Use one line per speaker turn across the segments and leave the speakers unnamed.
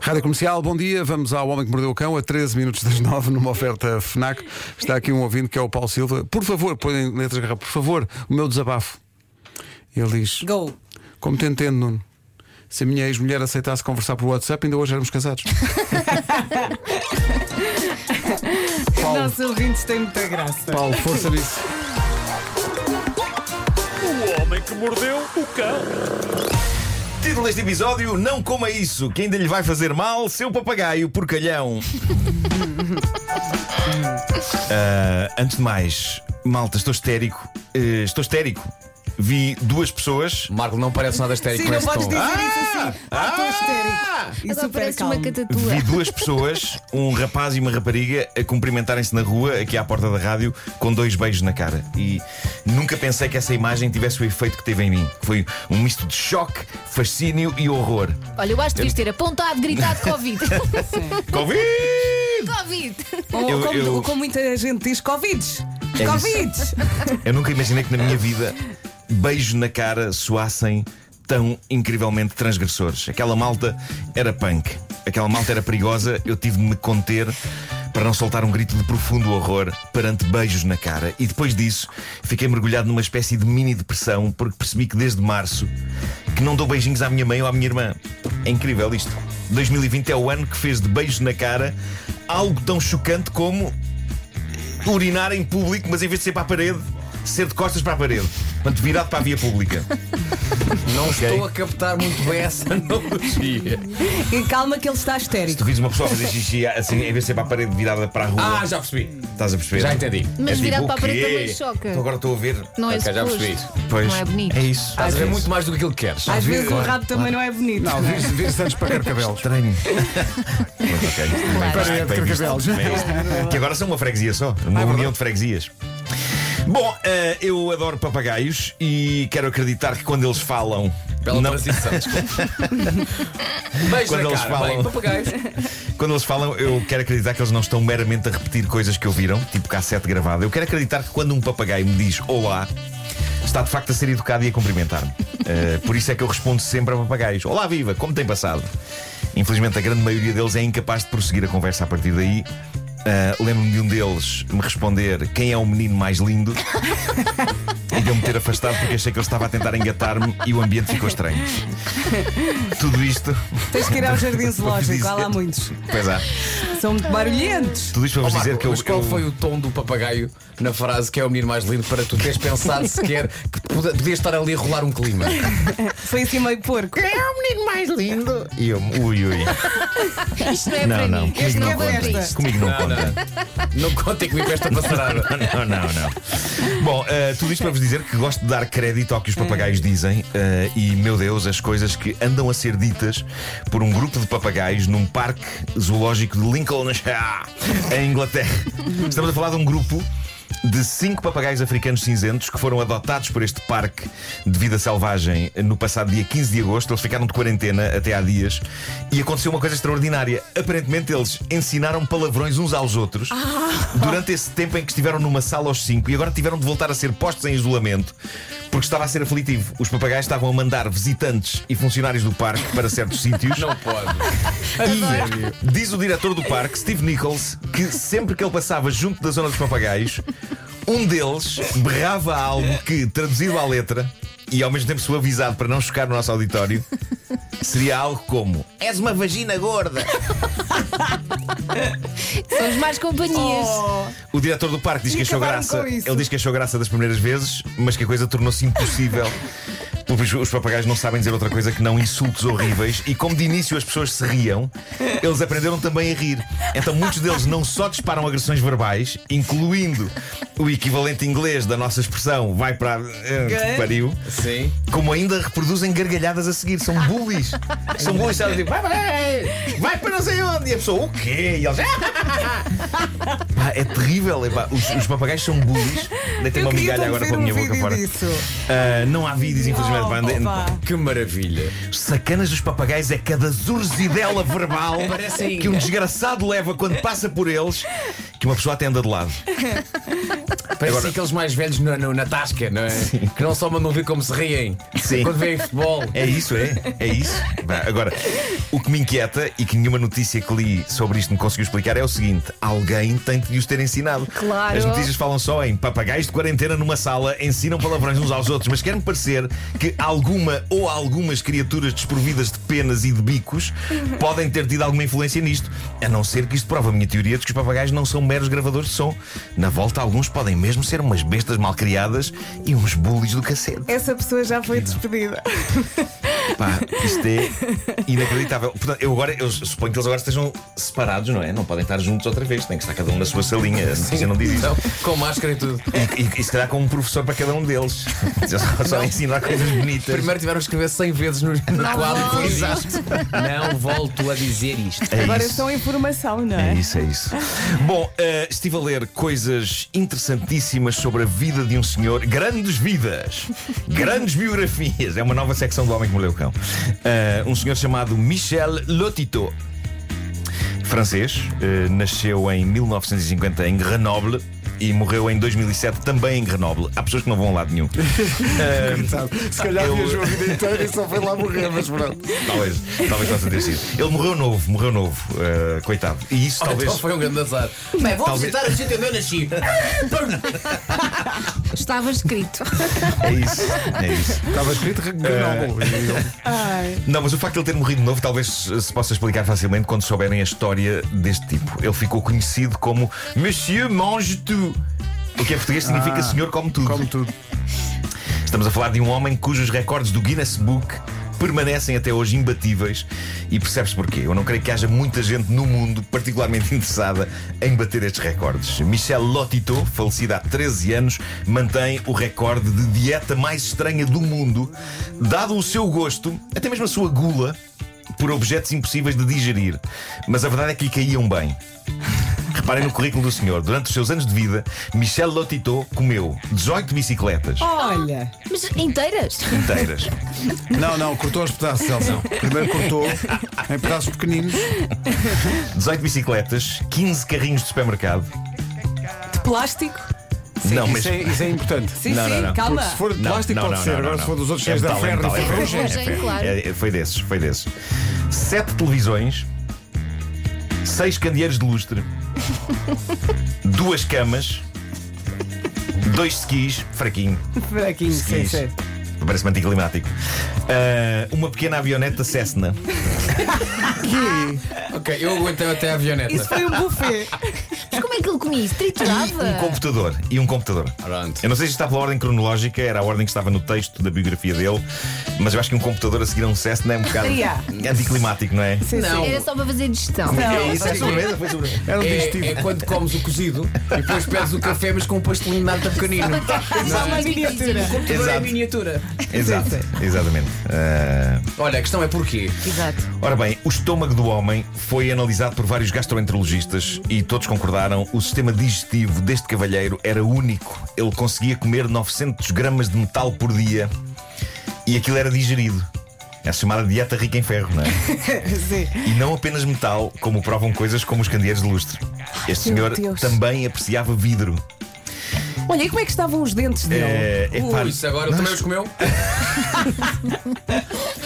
Rádio Comercial, bom dia. Vamos ao Homem que Mordeu o Cão, a 13 minutos das 9, numa oferta FNAC. Está aqui um ouvinte que é o Paulo Silva. Por favor, põe em letras garrafas, por favor, o meu desabafo. Ele diz:
Go.
Como te entendo, Nuno? Se a minha ex-mulher aceitasse conversar por WhatsApp, ainda hoje éramos casados. Paulo,
Nossos ouvintes têm muita graça.
Paulo, força nisso.
O homem que mordeu o cão.
Título deste episódio: Não coma isso, que ainda lhe vai fazer mal, seu papagaio porcalhão. Ah, antes de mais, malta, estou histérico. Eh, estou histérico. Vi duas pessoas.
Marco não parece nada estéril
Sim,
com
é
não
esse
podes
tom.
dizer isso assim. Ah, estou histérico. E
Agora
super
parece
calmo.
uma catatua.
Vi duas pessoas, um rapaz e uma rapariga, a cumprimentarem-se na rua, aqui à porta da rádio, com dois beijos na cara. E nunca pensei que essa imagem tivesse o efeito que teve em mim. que Foi um misto de choque, fascínio e horror.
Olha, eu acho que devias ter apontado, gritado Covid.
Covid!
Covid!
Ou
Eu-
como,
eu- É
ou como muita gente diz, Covids.
isso.
Covids.
Eu nunca imaginei que na minha vida beijo na cara soassem tão incrivelmente transgressores. Aquela malta era punk. Aquela malta era perigosa. Eu tive de me conter para não soltar um grito de profundo horror perante beijos na cara. E depois disso, fiquei mergulhado numa espécie de mini depressão porque percebi que desde março que não dou beijinhos à minha mãe ou à minha irmã. É incrível isto. 2020 é o ano que fez de beijos na cara algo tão chocante como urinar em público, mas em vez de ser para a parede, ser de costas para a parede. Portanto, virado para a via pública.
Não
Ok.
estou a captar muito bem essa analogia.
E calma que ele está
Tu
histérico.
vires uma pessoa a fazer xixi assim, em vez de ser para a parede, virada para a rua.
Ah, já percebi.
Estás a perceber?
Já entendi.
É
Mas
tipo,
virado
o
para a parede
quê?
também choca.
Então agora estou a ver.
Não é
Ok, já
suposto.
percebi.
Pois.
Não é bonito.
É isso.
Estás a ver
vezes.
muito mais do que aquilo que queres.
Às vezes o
Claro.
rabo também não é bonito.
Não, vires vires Santos para Carcavelos.
Estranho. Mas ok, bem
Para
visto,
a
bem visto,
Carcavelos.
bem visto. Que agora são uma freguesia só, uma união de freguesias. Bom, eh, eu adoro papagaios e quero acreditar que quando eles falam.
Bela
não-
transição. desculpa. Beijo
Quando
na
eles
cara.
falam-
Bem, papagaios.
Quando eles falam, eu quero acreditar que eles não estão meramente a repetir coisas que ouviram, tipo cassete gravada. Eu quero acreditar que quando um papagaio me diz olá, está de facto a ser educado e a cumprimentar-me. Eh, por isso é que eu respondo sempre a papagaios: Olá, viva, como tem passado? Infelizmente, a grande maioria deles é incapaz de prosseguir a conversa a partir daí. Eh, Lembro-me de um deles me responder quem é o menino mais lindo e de eu me ter afastado porque achei que ele estava a tentar engatar-me e o ambiente ficou estranho. Tudo isto.
Tens que ir ao jardim
Vou-vos
zoológico, há lá
dizer-
muitos.
Pois há.
São muito barulhentos.
Tudo isto para
Oh,
vos dizer
Marco,
que eu.
mas qual
eu-
foi o tom do papagaio na frase que é o menino mais lindo para tu teres pensado sequer que pod- podias estar ali a rolar um clima?
Foi assim meio porco.
É o menino mais lindo. E eu, ui, ui.
Isto não é
Não,
para
não,
mim. Isto
comigo
não
não
é para
esta.
conta.
isto.
Comigo não
não.
conta.
Não contem comigo esta passarada.
Não, não, não. Bom, eh, tudo isto para vos dizer que gosto de dar crédito ao que os papagaios dizem eh, e, meu Deus, as coisas que andam a ser ditas por um grupo de papagaios num parque zoológico de Lincolnshire, em Inglaterra. Estamos a falar de um grupo. De cinco papagaios africanos cinzentos que foram adotados por este parque de vida selvagem no passado dia 15 de agosto. Eles ficaram de quarentena até há dias e aconteceu uma coisa extraordinária. Aparentemente, eles ensinaram palavrões uns aos outros durante esse tempo em que estiveram numa sala aos 5 e agora tiveram de voltar a ser postos em isolamento porque estava a ser aflitivo. Os papagaios estavam a mandar visitantes e funcionários do parque para certos sítios.
Não pode.
E diz o diretor do parque, Steve Nichols, que sempre que ele passava junto da zona dos papagaios, um deles berrava algo que, traduzido à letra e ao mesmo tempo suavizado para não chocar o nosso auditório, seria algo como: És uma vagina gorda.
São as más companhias.
O diretor do parque diz que
E
achou
acabaram
graça.
com isso.
Ele diz que achou graça das primeiras vezes, mas que a coisa tornou-se impossível. Porque os papagaios não sabem dizer outra coisa que não insultos horríveis, e como de início as pessoas se riam, eles aprenderam também a rir. Então muitos deles não só disparam agressões verbais, incluindo o equivalente inglês da nossa expressão vai para. eh, pariu,
Sim.
como ainda reproduzem gargalhadas a seguir. São bullies. São tipo- bullies, elas dizem, vai, vai, vai para não sei onde. E a pessoa, o quê? E eles, "Ah!" Pá, é terrível. é pá. Os, os papagaios são bullies. Deitem
Eu queria
uma migalha
tanto
agora
ver
para a
um
minha boca
vídeo
fora.
disso.
Ah, não há vídeos, infelizmente.
Oh,
pá, andei-
opa.
Que maravilha.
Sacanas dos papagaios é cada zurzidela verbal
Parecem-
que um desgraçado leva quando passa por eles que uma pessoa até anda de lado.
Parece
Agora-
aqueles mais velhos na, na- na tasca, não é? Que não só mandam ver como se riem
Sim.
quando veem futebol.
É isso, é? É isso. Vá, Agora, o que me inquieta e que nenhuma notícia que li sobre isto me conseguiu explicar é o seguinte: alguém tem de os ter ensinado.
Claro.
As notícias falam só em papagaios de quarentena numa sala, ensinam palavrões uns aos outros, mas quer-me parecer que alguma ou algumas criaturas desprovidas de penas e de bicos podem ter tido alguma influência nisto. A não ser que isto prova a minha teoria de que os papagaios não são meros gravadores de som. Na volta, alguns podem mesmo ser umas bestas malcriadas e uns bullies do cacete.
Essa pessoa já foi despedida.
É Pá, isto é inacreditável. Portanto, eu agora, eu suponho que eles agora estejam separados, não é? Não podem estar juntos outra vez, tem que estar cada um na sua salinha. Sim. não diz isso.
Então, com máscara e tudo.
E, e, e se calhar com um professor para cada um deles. Só, só ensinar coisas bonitas.
Primeiro tiveram que escrever 100 vezes no, no quadro.
volto.
Exato. Não volto a dizer isto.
É
Agora
isso.
são informação, não
É
é?
isso, é isso. Bom, eh, estive a ler coisas interessantíssimas sobre a vida de um senhor. Grandes vidas. Grandes biografias. É uma nova secção do Homem que Mordeu o Cão. Eh, um senhor chamado Michel Lotito. Francês. eh, nasceu em 1950 em Grenoble. E morreu em 2007 também em Grenoble. Há pessoas que não vão a lado nenhum.
Sabe? Se calhar
Eu-
viajou a vida inteira e só foi lá morrer, mas pronto.
Talvez, talvez possa ter sido. Ele morreu novo, morreu novo. eh, coitado. E isso talvez.
Então foi um grande azar. Bem, vou
Talvez-
visitar o sítio onde eu nasci.
Estava escrito.
É isso. É isso.
Estava escrito que Grenoble. E ele-
Ai,
Não, mas o facto de ele ter morrido de novo talvez eh, se possa explicar facilmente quando souberem a história deste tipo. Ele ficou conhecido como Monsieur Mange Tout. O que em português significa Senhor Come Tudo.
Como tudo.
Estamos a falar de um homem cujos recordes do Guinness Book permanecem até hoje imbatíveis e percebes porquê. Eu não creio que haja muita gente no mundo particularmente interessada em bater estes recordes. Michel Lotito, falecido há 13 anos, mantém o recorde de dieta mais estranha do mundo, dado o seu gosto, até mesmo a sua gula, por objetos impossíveis de digerir. Mas a verdade é que lhe caíam bem. Reparem no currículo do senhor. Durante os seus anos de vida, Michel Lotito comeu 18 bicicletas
Olha,
Mas inteiras?
inteiras.
Não, não, cortou aos pedaços, Celso. Primeiro cortou em pedaços pequeninos.
18 bicicletas, 15 carrinhos de supermercado.
de plástico?
não, mas.
isso, é, isso é importante.
Sim,
Não,
sim,
não, não.
calma.
Porque se for de
Não,
plástico,
não,
pode
não,
ser.
não,
Agora,
não,
se for dos outros
é
cheios da
metal, é
ferro
metal,
e
é
ferrugem.
ferrugem, é ferro.
claro.
É, foi desses, foi desses. Sete televisões, seis candeeiros de lustre, duas camas, dois skis, fraquinho.
Fraquinho, sim,
Isso.
sim.
Parece-me anticlimático. Ah, uma pequena avioneta Cessna.
ok, eu aguentei até a
Isso
avioneta.
foi um buffet.
Mas como é que ele comia isso?
Um
Triturava?
computador. E um computador.
Pronto.
Eu não sei se está pela ordem cronológica, era a ordem que estava no texto da biografia dele, mas eu acho que um computador a seguir a um Cessna é um bocado
Yeah.
anticlimático, não é?
Sim,
Não.
sim.
Era só para fazer digestão.
É isso, é sobremesa, foi sobremesa.
Era um digestivo.
É, é quando comes o cozido e depois pedes o café, mas com um pastelinho de nata pequenino.
Só uma
Mas
miniatura.
picotezinho.
Agora é
Exato.
miniatura.
Exato, exatamente. Ah,
Olha, a questão é porquê?
Exato.
Ora bem, o estômago do homem foi analisado por vários gastroenterologistas e todos concordaram o sistema digestivo deste cavalheiro era único. Ele conseguia comer 900 gramas de metal por dia e aquilo era digerido. É a chamada dieta rica em ferro, não é?
Sim.
E não apenas metal, como provam coisas como os candeeiros de lustre. Este
Meu
senhor
Deus.
também apreciava vidro.
Olha, e como é que estavam os dentes dele?
É, é pá,
Ui, isso agora também os comeu?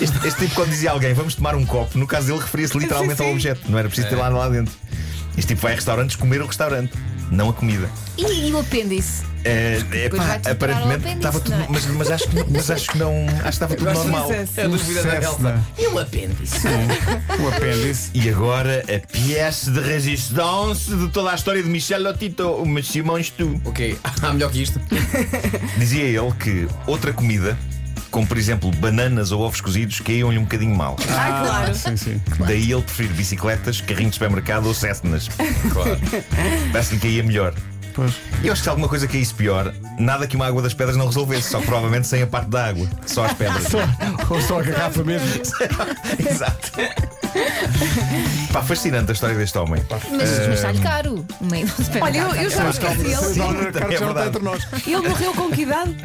este, este tipo, quando dizia alguém vamos tomar um copo, no caso dele referia-se literalmente
Sim, sim. É.
ao objeto, não era preciso ter lá, lá dentro. Este tipo vai a restaurantes comer o restaurante, não a comida.
E, e o apêndice?
É, é,
Depois
pá,
vai-te tirar o
aparentemente
apêndice,
estava tudo.
não é?
Mas, mas acho, que- mas acho que não. Acho que estava tudo normal.
Sucesso.
É a dúvida da
Cessna.
Elsa. E o apêndice?
O um apêndice.
E agora a pièce de resistance de toda a história de Michel Lotito, o Machimões Tu.
Ok, há melhor que isto.
Dizia ele que outra comida, como por exemplo bananas ou ovos cozidos, caíam-lhe um bocadinho mal.
Ah, claro.
Sim, sim.
Daí ele preferir bicicletas, carrinhos de supermercado ou Cessnas.
Claro.
Parece que lhe caía melhor.
Pois.
E eu acho que se alguma coisa caísse pior, nada que uma água das pedras não resolvesse, só que provavelmente sem a parte da água, só as pedras.
Ou só a garrafa mesmo.
Exato. Pá, fascinante a história deste homem.
Mas uh... está-lhe caro. Uma ida ao
Olha,
supermercado.
eu, eu já
Mas calma,
esqueci.
a
Ele,
Dona
também é
Carlos já não está
verdade.
entre nós.
ele morreu com que idade?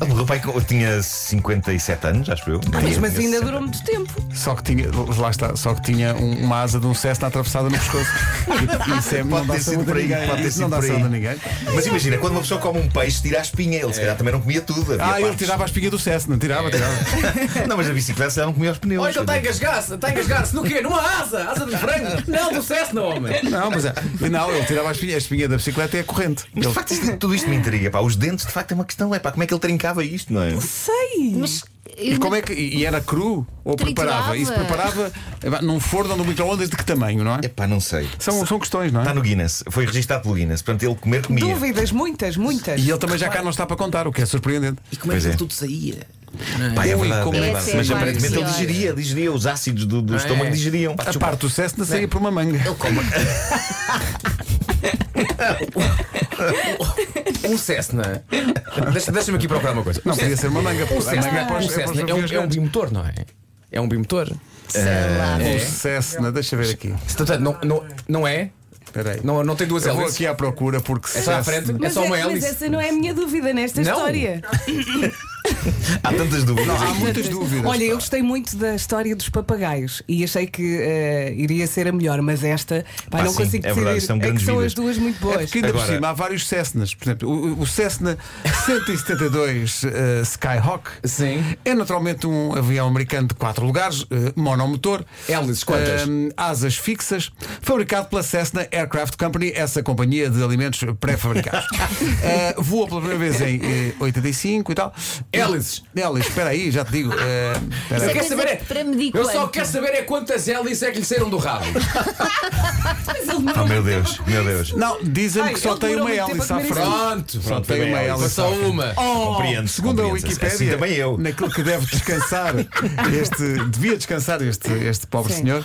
Ele morreu pai, eu tinha 57 anos, acho eu.
Mesmo assim ainda
Tinha
durou muito tempo.
Só que tinha, lá está, só que tinha um- uma asa de um Cessna atravessada no pescoço. E- Isso é, não
Pode
dá
ter
saúde
sido
a
por aí,
ninguém.
pode ter
Isso não
sido
dá
por aí.
saúde a ninguém.
Mas imagina, quando uma pessoa come um peixe, tira a espinha. Ele se calhar também não comia tudo. havia
Ah, ele
partes.
tirava a espinha do Cessna, tirava, tirava.
Não, mas a bicicleta se calhar não comia os pneus.
Olha que ele está a engasgar-se, está a engasgar-se. No quê? Numa asa? Asa de frango? Não, do Cessna, homem.
Não, mas é, não, ele tirava a espinha, a espinha da bicicleta é a corrente.
Mas de
Ele-
facto, isto- tudo isto me intriga. Pá. Os dentes, de facto, é uma questão. É, pá, como é que ele trincava isto, não é?
Sei.
Mas
E
eu
como é que e e era cru ou preparava?
Triturava.
Isso preparava eh, pá, num forno ou num microondas de que tamanho, não é?
É pá, não sei.
São, são questões, não
Está
é?
no Guinness. Foi registado pelo Guinness. Portanto, ele comer comia.
Dúvidas, muitas, muitas.
E ele também já cá não está para contar, o que é surpreendente.
E como
Pois é.
saía?
Pá, é
Ui,
verdade,
como
é
é
verdade.
que é?
Mas
Vai
aparentemente ele
ansiosa.
digeria, digeria. Os ácidos do, do
é?
estômago digeriam. Pá,
A
chupa.
parte do Cessna saía por uma manga.
Um Cessna. Deixa- Deixa-me aqui procurar uma coisa.
Não, podia ser uma manga.
Um
porque a manga é para os-
Cessna, um
é para os
Cessna é um, é um
viajantes.
bimotor, não é? É um bimotor.
sei
é
lá.
Um Cessna, deixa ver aqui.
Se, Portanto, não, não, não é?
Espera aí.
Não, não tem duas
Eu vou
hélices.
aqui à procura porque
É só à
Cessna-
frente? É
Mas,
só
é-
uma
mas
hélice?
essa não é a minha dúvida nesta
Não.
história.
Há tantas dúvidas.
Há
aqui.
muitas dúvidas.
Olha, eu gostei muito da história dos papagaios e achei que eh, iria ser a melhor, mas esta, pá,
Pá,
não
sim,
consigo
é
decidir.
verdade, são
é que
grandes
são
vidas.
as duas muito
É
boas.
porque ainda por
Agora-
cima há vários Cessnas. Por exemplo, o, o Cessna 172 eh, Skyhawk
Sim.
é naturalmente um avião americano de quatro lugares, eh, monomotor.
Hélices, quantas?
eh, asas fixas, fabricado pela Cessna Aircraft Company, essa companhia de alimentos pré-fabricados. Eh, voa pela primeira vez em eh, 85 e tal.
Hélices.
Hélices, espera aí, já te digo. eh, espera
Isso
aí.
é
Eu quero
coisa
saber é-
para medir
Eu só
quanto.
quero saber é quantas hélices é que lhe saíram do rabo.
Oh, meu Deus, meu Deus.
Não, dizem-me
Ai,
que só
ele
tem
demorou
uma
muito tempo
hélice
a
à
comer
frente.
Pronto,
Só
pronto.
tem uma
também é
hélice. à
Só
frente.
uma.
Compreendo.
Oh, Segundo a
compreendo.
Wikipédia,
Assim também eu.
naquilo que deve descansar, este, devia descansar este, este pobre
Sim.
senhor,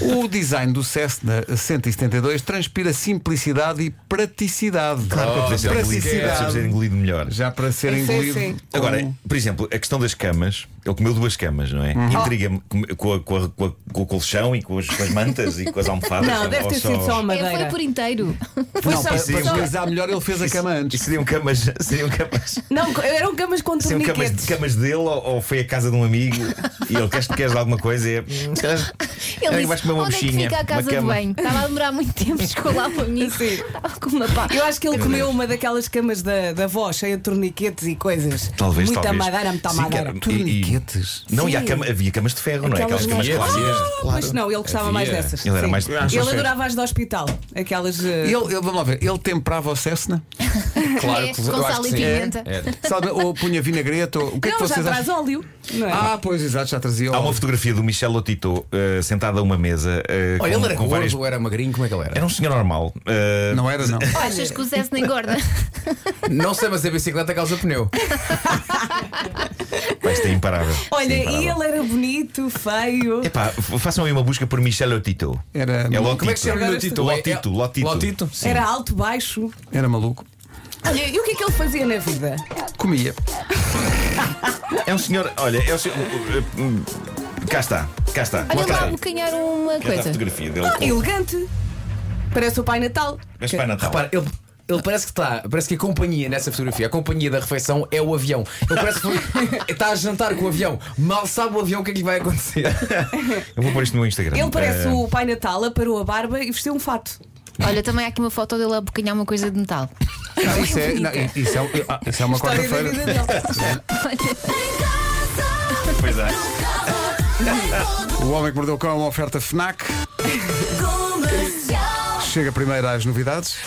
o design do Cessna 172 transpira simplicidade e praticidade.
Claro que eu podia ser engolido, deve ser
praticidade.
engolido melhor.
Já para ser
Sim, sim,
engolido.
sim.
com-
Agora, por exemplo, a questão das camas, ele comeu duas camas, não é? Intriga-me com, com, a- com, a- com, a- com o colchão e com as, com as mantas e com as almofadas.
Não, deve
Ou
ter sido só a
É, foi
madeira.
por inteiro.
Foi
não,
só-
para,
sim,
para
sim.
realizar melhor, ele fez a cama
E
antes.
seriam camas, seriam camas,
Não, eram camas com
seriam camas,
torniquetes.
camas dele ou, ou foi a casa de um amigo e ele queres, queres alguma coisa? E é, "Hum, se calhar-
Ele
Olha,
disse,
vais comer uma
onde é que
mexinha,
fica a
uma
casa de
cama."
banho? Estava a demorar muito tempo, chegou lá o amigo.
Sim.
Estava com uma pá.
Eu acho que ele comeu uma daquelas camas da, da avó, cheia de torniquetes e coisas.
Talvez,
muita
talvez.
madeira, muita
Sim,
madeira.
cara,
Torniquetes?
Não, e há
Sim.
cama- havia camas de ferro, não é? Aquelas camas
Havia,
clássicas.
havia.
Mas não, ele gostava mais
é-
Havia.
dessas.
Ele era
sim.
mais- mais
Ele
sério.
adorava as do hospital, aquelas. eh,
Ele, ele- vamos lá ver, ele temperava o Cessna?
Claro
É,
que
com
eu acho
sal
que
e
sim.
pimenta.
É, é.
Sabe, ou punha vinagrete? Ou, o que é que
não, já
vocês
traz
acham?
óleo. Não é?
Ah, pois, exato, já trazia
Há uma
óleo.
fotografia do Michel Lotito eh, sentado a uma mesa. eh,
Olha,
com,
ele era
com
gordo
várias...
ou era magrinho? Como é que ele era?
Era um senhor normal. eh,
Não era, não.
Achas que o César nem engorda?
Não sei, mas a bicicleta causa pneu.
Pá, isto é imparável.
Olha,
Isto é
e
imparável.
ele era bonito,
É
feio.
Epá, f- façam aí uma busca por Michel Lotito.
Era,
É
Como é que se chama
Agora
o Tito?
estou- Lotito, Lotito.
Lotito? Sim.
Era alto, baixo.
era maluco.
Olha, e o que é que ele fazia na vida?
Comia.
É um senhor. Olha, é o senhor. hum, Cá está, cá está.
Olha
cá
lá,
está.
abocanhar uma
Cá está a
coisa.
fotografia dele.
Ah,
com-
elegante. Parece o Pai Natal.
Mas para é Natal.
Repara, ele, ele parece que está. Parece que a companhia nessa fotografia, a companhia da refeição é o avião. Ele parece que foi- está a jantar com o avião. Mal sabe o avião o que é que lhe vai acontecer.
Eu vou pôr isto no meu Instagram.
Ele parece
Eh,
É.
o Pai Natal, aparou a barba e vestiu um fato.
Olha, também há aqui uma foto dele a abocanhar uma coisa de metal.
Não, isso, é, não, isso, é, ah, isso é uma
História da vida
quarta-feira.
dele.
Pois é.
O Homem que Mordeu o Cão é uma oferta FNAC. Chega primeiro às novidades.